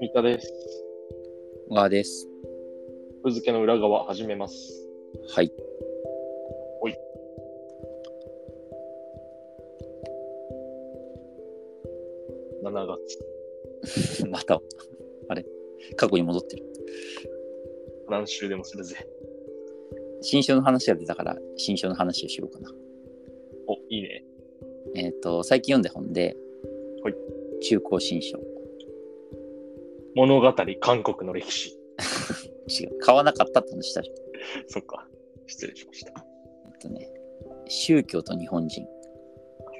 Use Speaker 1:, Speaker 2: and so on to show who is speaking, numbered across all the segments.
Speaker 1: 三田です。
Speaker 2: 小川です。
Speaker 1: ぶ付けの裏側始めます。
Speaker 2: はい。
Speaker 1: ほい。7月。
Speaker 2: また、あれ過去に戻ってる。
Speaker 1: 何週でもするぜ。
Speaker 2: 新書の話が出たから、新書の話をしようかな。
Speaker 1: お、いいね。
Speaker 2: えっ、と、最近読んだ本で、
Speaker 1: はい
Speaker 2: 中高新書。
Speaker 1: 物語、韓国の歴史。
Speaker 2: 違う。買わなかったって話したじゃん。
Speaker 1: そっか。失礼しました。
Speaker 2: えっとね、宗教と日本人。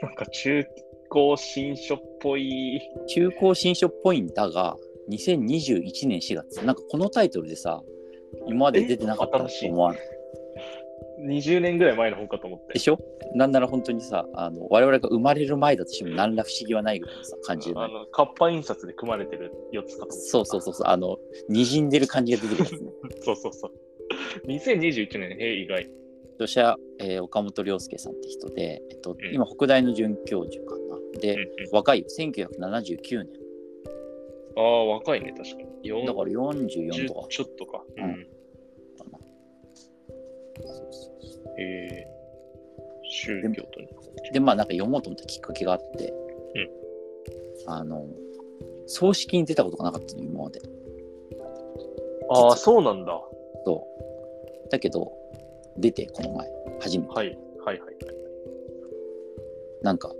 Speaker 1: なんか中高新書っぽい。
Speaker 2: 中高新書っぽいんだが、2021年4月。なんかこのタイトルでさ、今まで出てなかった
Speaker 1: え
Speaker 2: と
Speaker 1: 新しい
Speaker 2: 思わない。
Speaker 1: 20年ぐらい前の本かと思っ
Speaker 2: で
Speaker 1: て。
Speaker 2: しょなんなら本当にさ、あの我々が生まれる前だとしても何ら不思議はないぐらいのさ、感じじゃな
Speaker 1: あ
Speaker 2: い。
Speaker 1: の、カッパ印刷で組まれてるやつかと思った。
Speaker 2: そうそうそうそう、あの、滲んでる感じが出てくるやつね。
Speaker 1: そうそうそう。2021年、へえ、意外。
Speaker 2: 著者、えー岡本亮介さんって人で、えっと
Speaker 1: ん
Speaker 2: 今北大の准教授かなで、
Speaker 1: うんうん
Speaker 2: 若いよ1979年
Speaker 1: ああ、若いね、確かに。4
Speaker 2: だから44
Speaker 1: 10
Speaker 2: とか
Speaker 1: ちょっとか。
Speaker 2: うんそうそ
Speaker 1: へえ宗教と日本
Speaker 2: う
Speaker 1: 人。
Speaker 2: でまあなんか読もうと思ったきっかけがあって、
Speaker 1: うん
Speaker 2: あの葬式に出たことがなかったの今まで
Speaker 1: ああ、そうなんだ。
Speaker 2: そうだけど出てこの前初めて
Speaker 1: はい。はいはい。
Speaker 2: なんか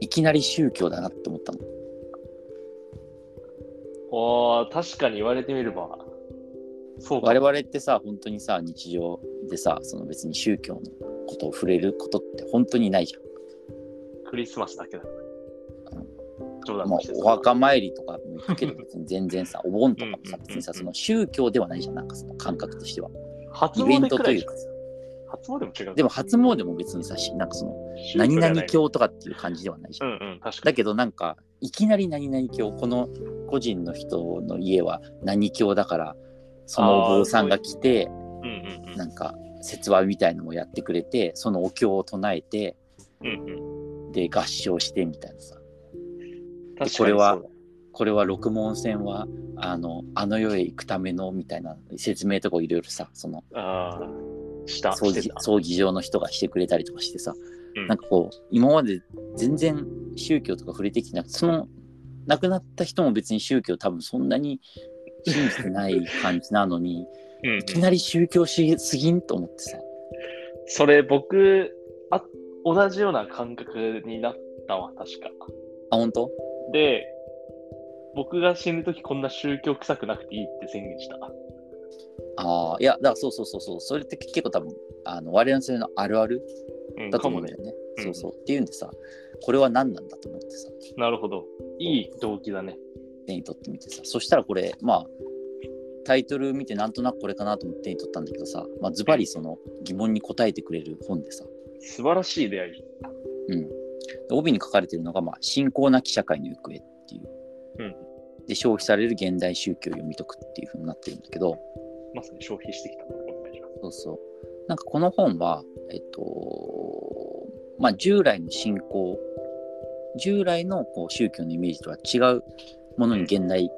Speaker 2: いきなり宗教だなって思ったの
Speaker 1: ああ、確かに言われてみれば。そうか
Speaker 2: 我。々ってさ本当にさ日常でさその別に宗教のことを触れることって本当にないじゃん
Speaker 1: クリスマスだけだ。冗談
Speaker 2: まあ
Speaker 1: として、
Speaker 2: お墓参りとかも行くけ ど別に全然さお盆とかも
Speaker 1: うんうんう
Speaker 2: さ
Speaker 1: んうん
Speaker 2: 別にさその宗教ではないじゃんなんかその感覚としては
Speaker 1: 初
Speaker 2: イベン
Speaker 1: 詣
Speaker 2: ト
Speaker 1: く
Speaker 2: と
Speaker 1: ら
Speaker 2: い
Speaker 1: いう
Speaker 2: かさ
Speaker 1: 初詣も違う。
Speaker 2: でも初詣も別にさしなんかその
Speaker 1: 宗教
Speaker 2: 何
Speaker 1: じゃない
Speaker 2: 々。教とかっていう感じではないじ
Speaker 1: う
Speaker 2: ゃん、
Speaker 1: んうん、確か
Speaker 2: だ
Speaker 1: に。
Speaker 2: けどなんかいきなり何々教この個人の人の家は何教だからそのお坊さんが来て
Speaker 1: うんうん
Speaker 2: なんか説話みたいのもやってくれてそのお経を唱えて
Speaker 1: うん。うんうん
Speaker 2: で合唱してみたいなさ
Speaker 1: 確かに
Speaker 2: これは
Speaker 1: そうだ
Speaker 2: これは六門線はあのあの世へ行くためのみたいな説明とかいろいろさその
Speaker 1: ああ、した。
Speaker 2: 葬
Speaker 1: して
Speaker 2: 儀
Speaker 1: た
Speaker 2: 葬儀場の人がしてくれたりとかしてさ、
Speaker 1: うん
Speaker 2: なんかこう今まで全然宗教とか触れてきてなくてその亡くなった人も別に宗教多分そんなに信じてない感じなのに
Speaker 1: うんう
Speaker 2: いき
Speaker 1: ん
Speaker 2: なり宗教しすぎんと思ってさ
Speaker 1: それ、僕、あ同じような感覚になったわ、確か。
Speaker 2: あ本当
Speaker 1: で、僕が死ぬときこんな宗教臭くなくていいって宣言した。
Speaker 2: ああいやだからそうそうそうそうそれって結構多分あの我々の世代のあるある
Speaker 1: うん、
Speaker 2: だと
Speaker 1: か
Speaker 2: 思
Speaker 1: も
Speaker 2: うんだ
Speaker 1: ね
Speaker 2: よ。ね
Speaker 1: うん
Speaker 2: そうそうっていうんでさこれは何なんだと思ってさ
Speaker 1: なるほど。いい動機だね。
Speaker 2: 手に取ってみてさそしたらこれまあタイトル見てなんとなくこれかなと思って手に取ったんだけどさ、まあ、ズバリその疑問に答えてくれる本でさ、
Speaker 1: 素晴らしい出会い。
Speaker 2: うん、で帯に書かれてるのが、まあ「信仰なき社会の行方」っていう、
Speaker 1: うん
Speaker 2: で消費される現代宗教を読み解くっていう風になってるんだけど
Speaker 1: まさに消費してきたなこの会社
Speaker 2: そうそうなんかこの本はえっとまあ従来の信仰従来のこう宗教のイメージとは違うものに現代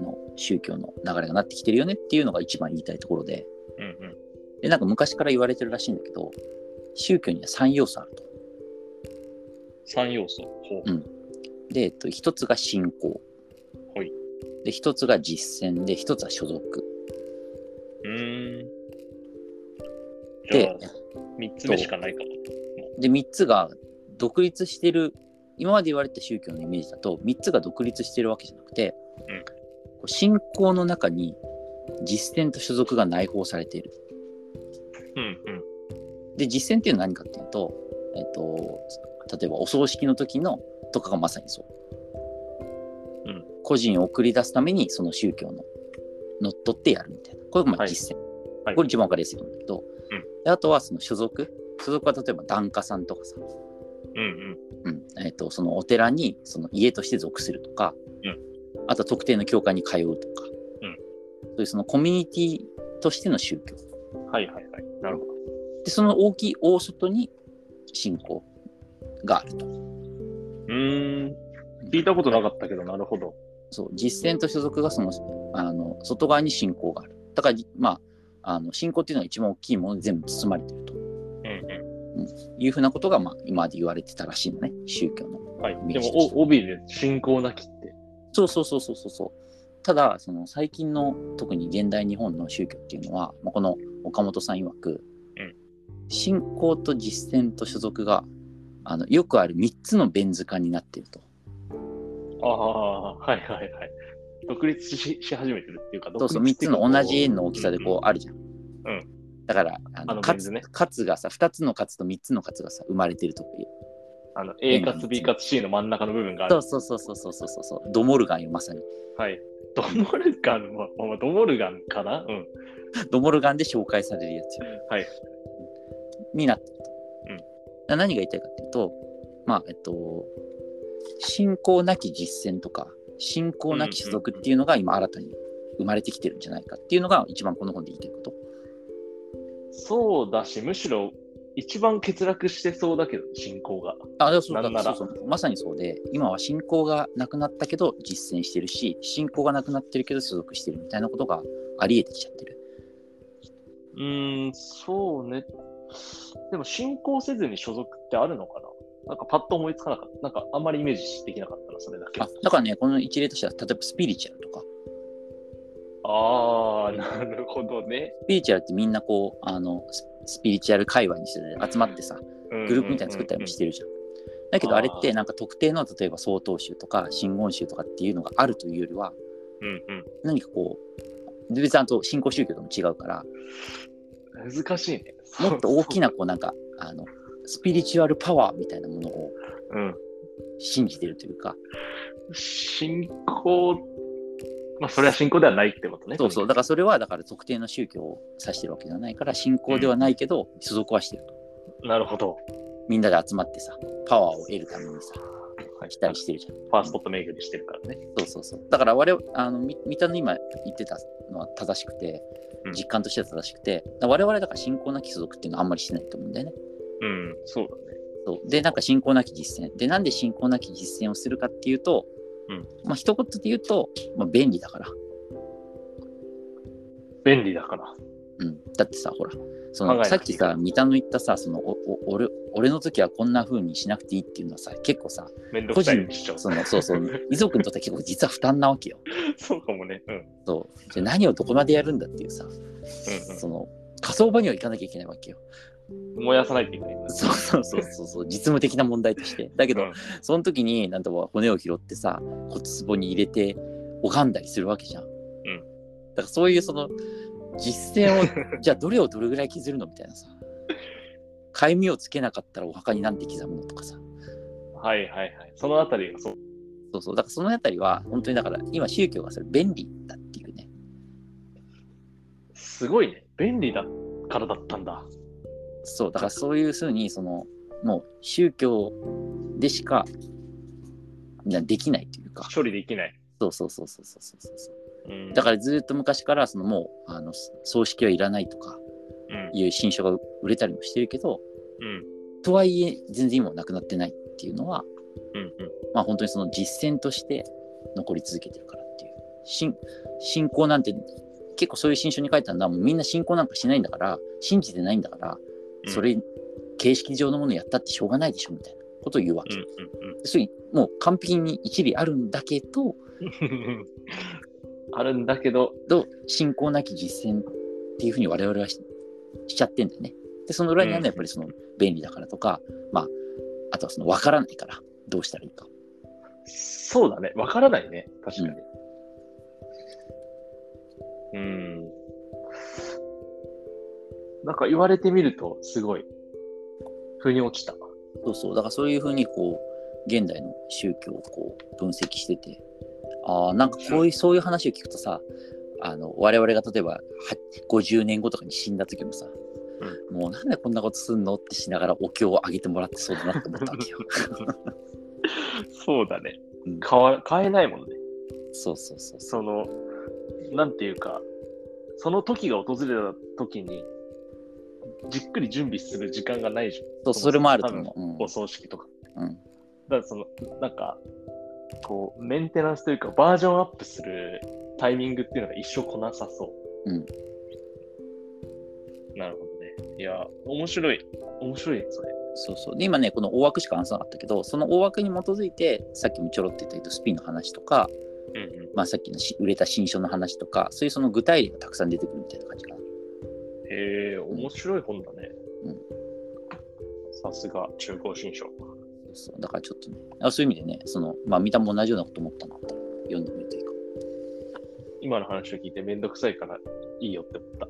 Speaker 2: の宗教の流れがなってきてるよねっていうのが一番言いたいところで、
Speaker 1: うんうん。
Speaker 2: でなんか昔から言われてるらしいんだけど宗教には3要素あると。
Speaker 1: 三要素。ほう。
Speaker 2: で、えっと、1つが信仰。
Speaker 1: はい
Speaker 2: で1つが実践で1つは所属。
Speaker 1: うーん。じゃ
Speaker 2: で
Speaker 1: あ、三つ目しかないかも。
Speaker 2: で3つが独立してる今まで言われた宗教のイメージだと3つが独立してるわけじゃなくて、
Speaker 1: うん
Speaker 2: こう信仰の中に実践と所属が内包されている。
Speaker 1: うんうん。
Speaker 2: で実践っていうのは何かっていうと、えっと、例えばお葬式の時のとかがまさにそう、
Speaker 1: うん
Speaker 2: 個人を送り出すためにその宗教の乗っ取ってやるみたいなこれがま
Speaker 1: は
Speaker 2: あ
Speaker 1: い
Speaker 2: 実践、
Speaker 1: はい
Speaker 2: これ一番分かりやすいと思うんだけど、
Speaker 1: うん
Speaker 2: であとはその所属所属は例えば檀家さんとかさ、
Speaker 1: うん
Speaker 2: うんえっとそのお寺にその家として属するとか、
Speaker 1: うん
Speaker 2: あとは特定の教会に通うとか、
Speaker 1: うん
Speaker 2: そういうそのコミュニティとしての宗教
Speaker 1: うん。はいはいはい。なるほど。
Speaker 2: でその大きい大外に信仰があると。
Speaker 1: うーん。聞いたことなかったけど、なるほど。
Speaker 2: そう実践と所属がそのあの外側に信仰がある。だから、まあ、あの信仰っていうのは一番大きいものに全部包まれてると
Speaker 1: うんう
Speaker 2: いうふうなことが、まあ、今まで言われてたらしいのね、宗教の。
Speaker 1: ん。はい。でも、お帯で信仰なきって。
Speaker 2: そうそうそうそうそうそう。ただ、その最近の特に現代日本の宗教っていうのは、まあ、この岡本さん曰く、
Speaker 1: うん
Speaker 2: 信仰と実践と所属があのよくある3つの便図化になっていると。
Speaker 1: ああ、はいはいはい。独立しし始めてるっていうか、
Speaker 2: そうそう、
Speaker 1: 独立
Speaker 2: 3
Speaker 1: ってい
Speaker 2: つ
Speaker 1: うか
Speaker 2: の同じ円の大きさで
Speaker 1: うん
Speaker 2: こうあるじゃん。
Speaker 1: うん
Speaker 2: だから、あ
Speaker 1: あの
Speaker 2: の、
Speaker 1: ベ
Speaker 2: カ
Speaker 1: ン図
Speaker 2: ツ
Speaker 1: ね
Speaker 2: カツがさ、2つのカツと3つのカツがさ、生まれてるとこ
Speaker 1: あの A かつ B かつ C の真ん中の部分があ
Speaker 2: そ
Speaker 1: る
Speaker 2: う。そうそうそうそうそうそうそう、ドモルガンよ、まさに。
Speaker 1: はい。ドモルガンは、まあまあドモルガンかなうん。
Speaker 2: ドモルガンで紹介されるやつよ。
Speaker 1: はい。
Speaker 2: になってる
Speaker 1: うん
Speaker 2: と。だ何が言いたいかっていうと、まあ、えっと、信仰なき実践とか、信仰なき所属っていうのが今新たに生まれてきてるんじゃないかっていうのが一番この本で言いたいこと。
Speaker 1: そうだし、むしろ一番欠落してそうだけど、信仰が。
Speaker 2: あ、でもそう
Speaker 1: なんな
Speaker 2: だ
Speaker 1: ら
Speaker 2: そうそうまさにそうで、今は信仰がなくなったけど実践してるし、信仰がなくなってるけど所属してるみたいなことがありえてきちゃってる。
Speaker 1: うーん、そうね。でも、信仰せずに所属ってあるのかななんかパッと思いつかなかった。なんかあんまりイメージできなかったな、それだけ。
Speaker 2: あだからね、この一例としては、例えばスピリチュアルとか、
Speaker 1: あー、なるほどね。
Speaker 2: スピリチュアルってみんなこう、あの、ススピリチュアル界隈にして集まってさ、グループみたいに作ったりもしてるじゃん。だけどあれってなんか特定の例えば曹洞宗とか真言宗とかっていうのがあるというよりは
Speaker 1: うんうん。
Speaker 2: 何かこう別にあと信仰宗教とも違うから
Speaker 1: 難しいね。
Speaker 2: もっと大きなこうなんかあのスピリチュアルパワーみたいなものを
Speaker 1: うん。
Speaker 2: 信じてるというか
Speaker 1: 信仰、まあ、それは信仰ではないってことね。
Speaker 2: そうそうだからそれはだから特定の宗教を指してるわけではないから信仰ではないけど所属はしてると
Speaker 1: なるほど。
Speaker 2: みんなで集まってさパワーを得るためにさ
Speaker 1: はい
Speaker 2: 来たりしてるじゃん
Speaker 1: ファースポット巡りしてるからね。
Speaker 2: そうそうそう。だから我々、あの、み三田の今言ってたのは正しくて
Speaker 1: うん、
Speaker 2: 実感としては正しくて、だから我々だから信仰なき所属っていうのはあんまりしてないと思うんだよね。
Speaker 1: うん、そうだね。
Speaker 2: そうで、なんか信仰なき実践。で、なんで信仰なき実践をするかっていうと、
Speaker 1: うん
Speaker 2: まあ一言で言うと、まあ、便利だから。
Speaker 1: 便利だから。
Speaker 2: うん、だってさ、ほら、そ
Speaker 1: 考えな
Speaker 2: の
Speaker 1: くて
Speaker 2: さ
Speaker 1: いい
Speaker 2: っきさ、三田の言ったさ、そのおお俺俺の時はこんな風にしなくていいっていうのはさ、結構さ、
Speaker 1: めんどくさい主張。
Speaker 2: そのそ うそう、遺族にとっては結構実は負担なわけよ。
Speaker 1: そうかもね。うん。
Speaker 2: そうじゃあ何をどこまでやるんだっていうさ、
Speaker 1: うん
Speaker 2: その火葬場には行かなきゃいけないわけよ。
Speaker 1: 燃やさないといけないんだ。
Speaker 2: そうそうそうそうそう実務的な問題として。だけど、
Speaker 1: うん
Speaker 2: その時になんとも骨を拾ってさ骨壺に入れて拝んだりするわけじゃん。
Speaker 1: ん
Speaker 2: だからそういうその実践 をじゃあどれをどれぐらい削るのみたいなさ。かゆみをつけなかったらお墓になんて刻むのとかさ。
Speaker 1: はいはいはい。そのあたりがそう。
Speaker 2: そうそう。だからそのあたりは本当にだから今宗教がそれ便利だっていうね。
Speaker 1: すごいね。便利だからだったんだ。
Speaker 2: そう、だからそういうふうに、その、もう宗教でしか、なできないというか、
Speaker 1: 処理できない。
Speaker 2: そうそうそうそうそうそうそう。
Speaker 1: うん
Speaker 2: だからずっと昔から、そのもう、あの、葬式はいらないとか、
Speaker 1: うん。
Speaker 2: いう新書が売れたりもしてるけど、
Speaker 1: うん。
Speaker 2: とはいえ、全然今もなくなってないっていうのは、
Speaker 1: うん。
Speaker 2: まあ本当にその実践として残り続けてるからっていう。信信仰なんて、結構そういう新書に書いたのは、もうみんな信仰なんかしないんだから、信じてないんだから、
Speaker 1: うん
Speaker 2: それ、形式上のものやったってしょうがないでしょみたいなことを言うわ
Speaker 1: う
Speaker 2: け。
Speaker 1: ん。
Speaker 2: それもう完璧に一理あるんだけど、
Speaker 1: うん。うん。あるんだけど、
Speaker 2: どう信仰なき実践っていうふうに我々はししちゃってんだよね。で、その裏にあるのはやっぱりその便利だからとか、まあ、あとはその分からないから、どうしたらいいか。
Speaker 1: そうだね。わからないね。確かに。うん。なんか言われてみると、すごい、腑に落ちた。
Speaker 2: そうそう、だからそういうふうにこう、現代の宗教をこう分析してて、ああ、なんかこういう、そういう話を聞くとさ、あの我々が例えばは50年後とかに死んだ時もさ、もうなんでこんなことすんのってしながらお経をあげてもらってそうだなって思ったわけ よ。
Speaker 1: そうだね
Speaker 2: うん
Speaker 1: 変わ変えないもんね。
Speaker 2: そうそうそうそ
Speaker 1: そ
Speaker 2: う。
Speaker 1: の、なんていうか、その時が訪れた時に、じっくり準備する時間がないじゃん。
Speaker 2: そうそれもあると思う。うん
Speaker 1: お葬式とか。
Speaker 2: うん。
Speaker 1: だからその、なんか、こう、メンテナンスというか、バージョンアップするタイミングっていうのが一生来なさそう。
Speaker 2: うん。
Speaker 1: なるほどね。いや、面白い。面白いね、それ。
Speaker 2: そうそう。で、今ね、この大枠しか話さなかったけど、その大枠に基づいて、さっきもちょろって言ったけど、スピンの話とか、
Speaker 1: うんうん。
Speaker 2: まあ、さっきのし売れた新書の話とか、そういうその具体例がたくさん出てくるみたいな感じかな。
Speaker 1: へえ、面白い本だね。
Speaker 2: うん
Speaker 1: さすが、中高新書。
Speaker 2: そうそうだからちょっとね、あそういう意味でね、その、まあ、見たも同じようなこと思ったのあったら、読んでみるといいかも。
Speaker 1: 今の話を聞いてめんどくさいからいいよって思った。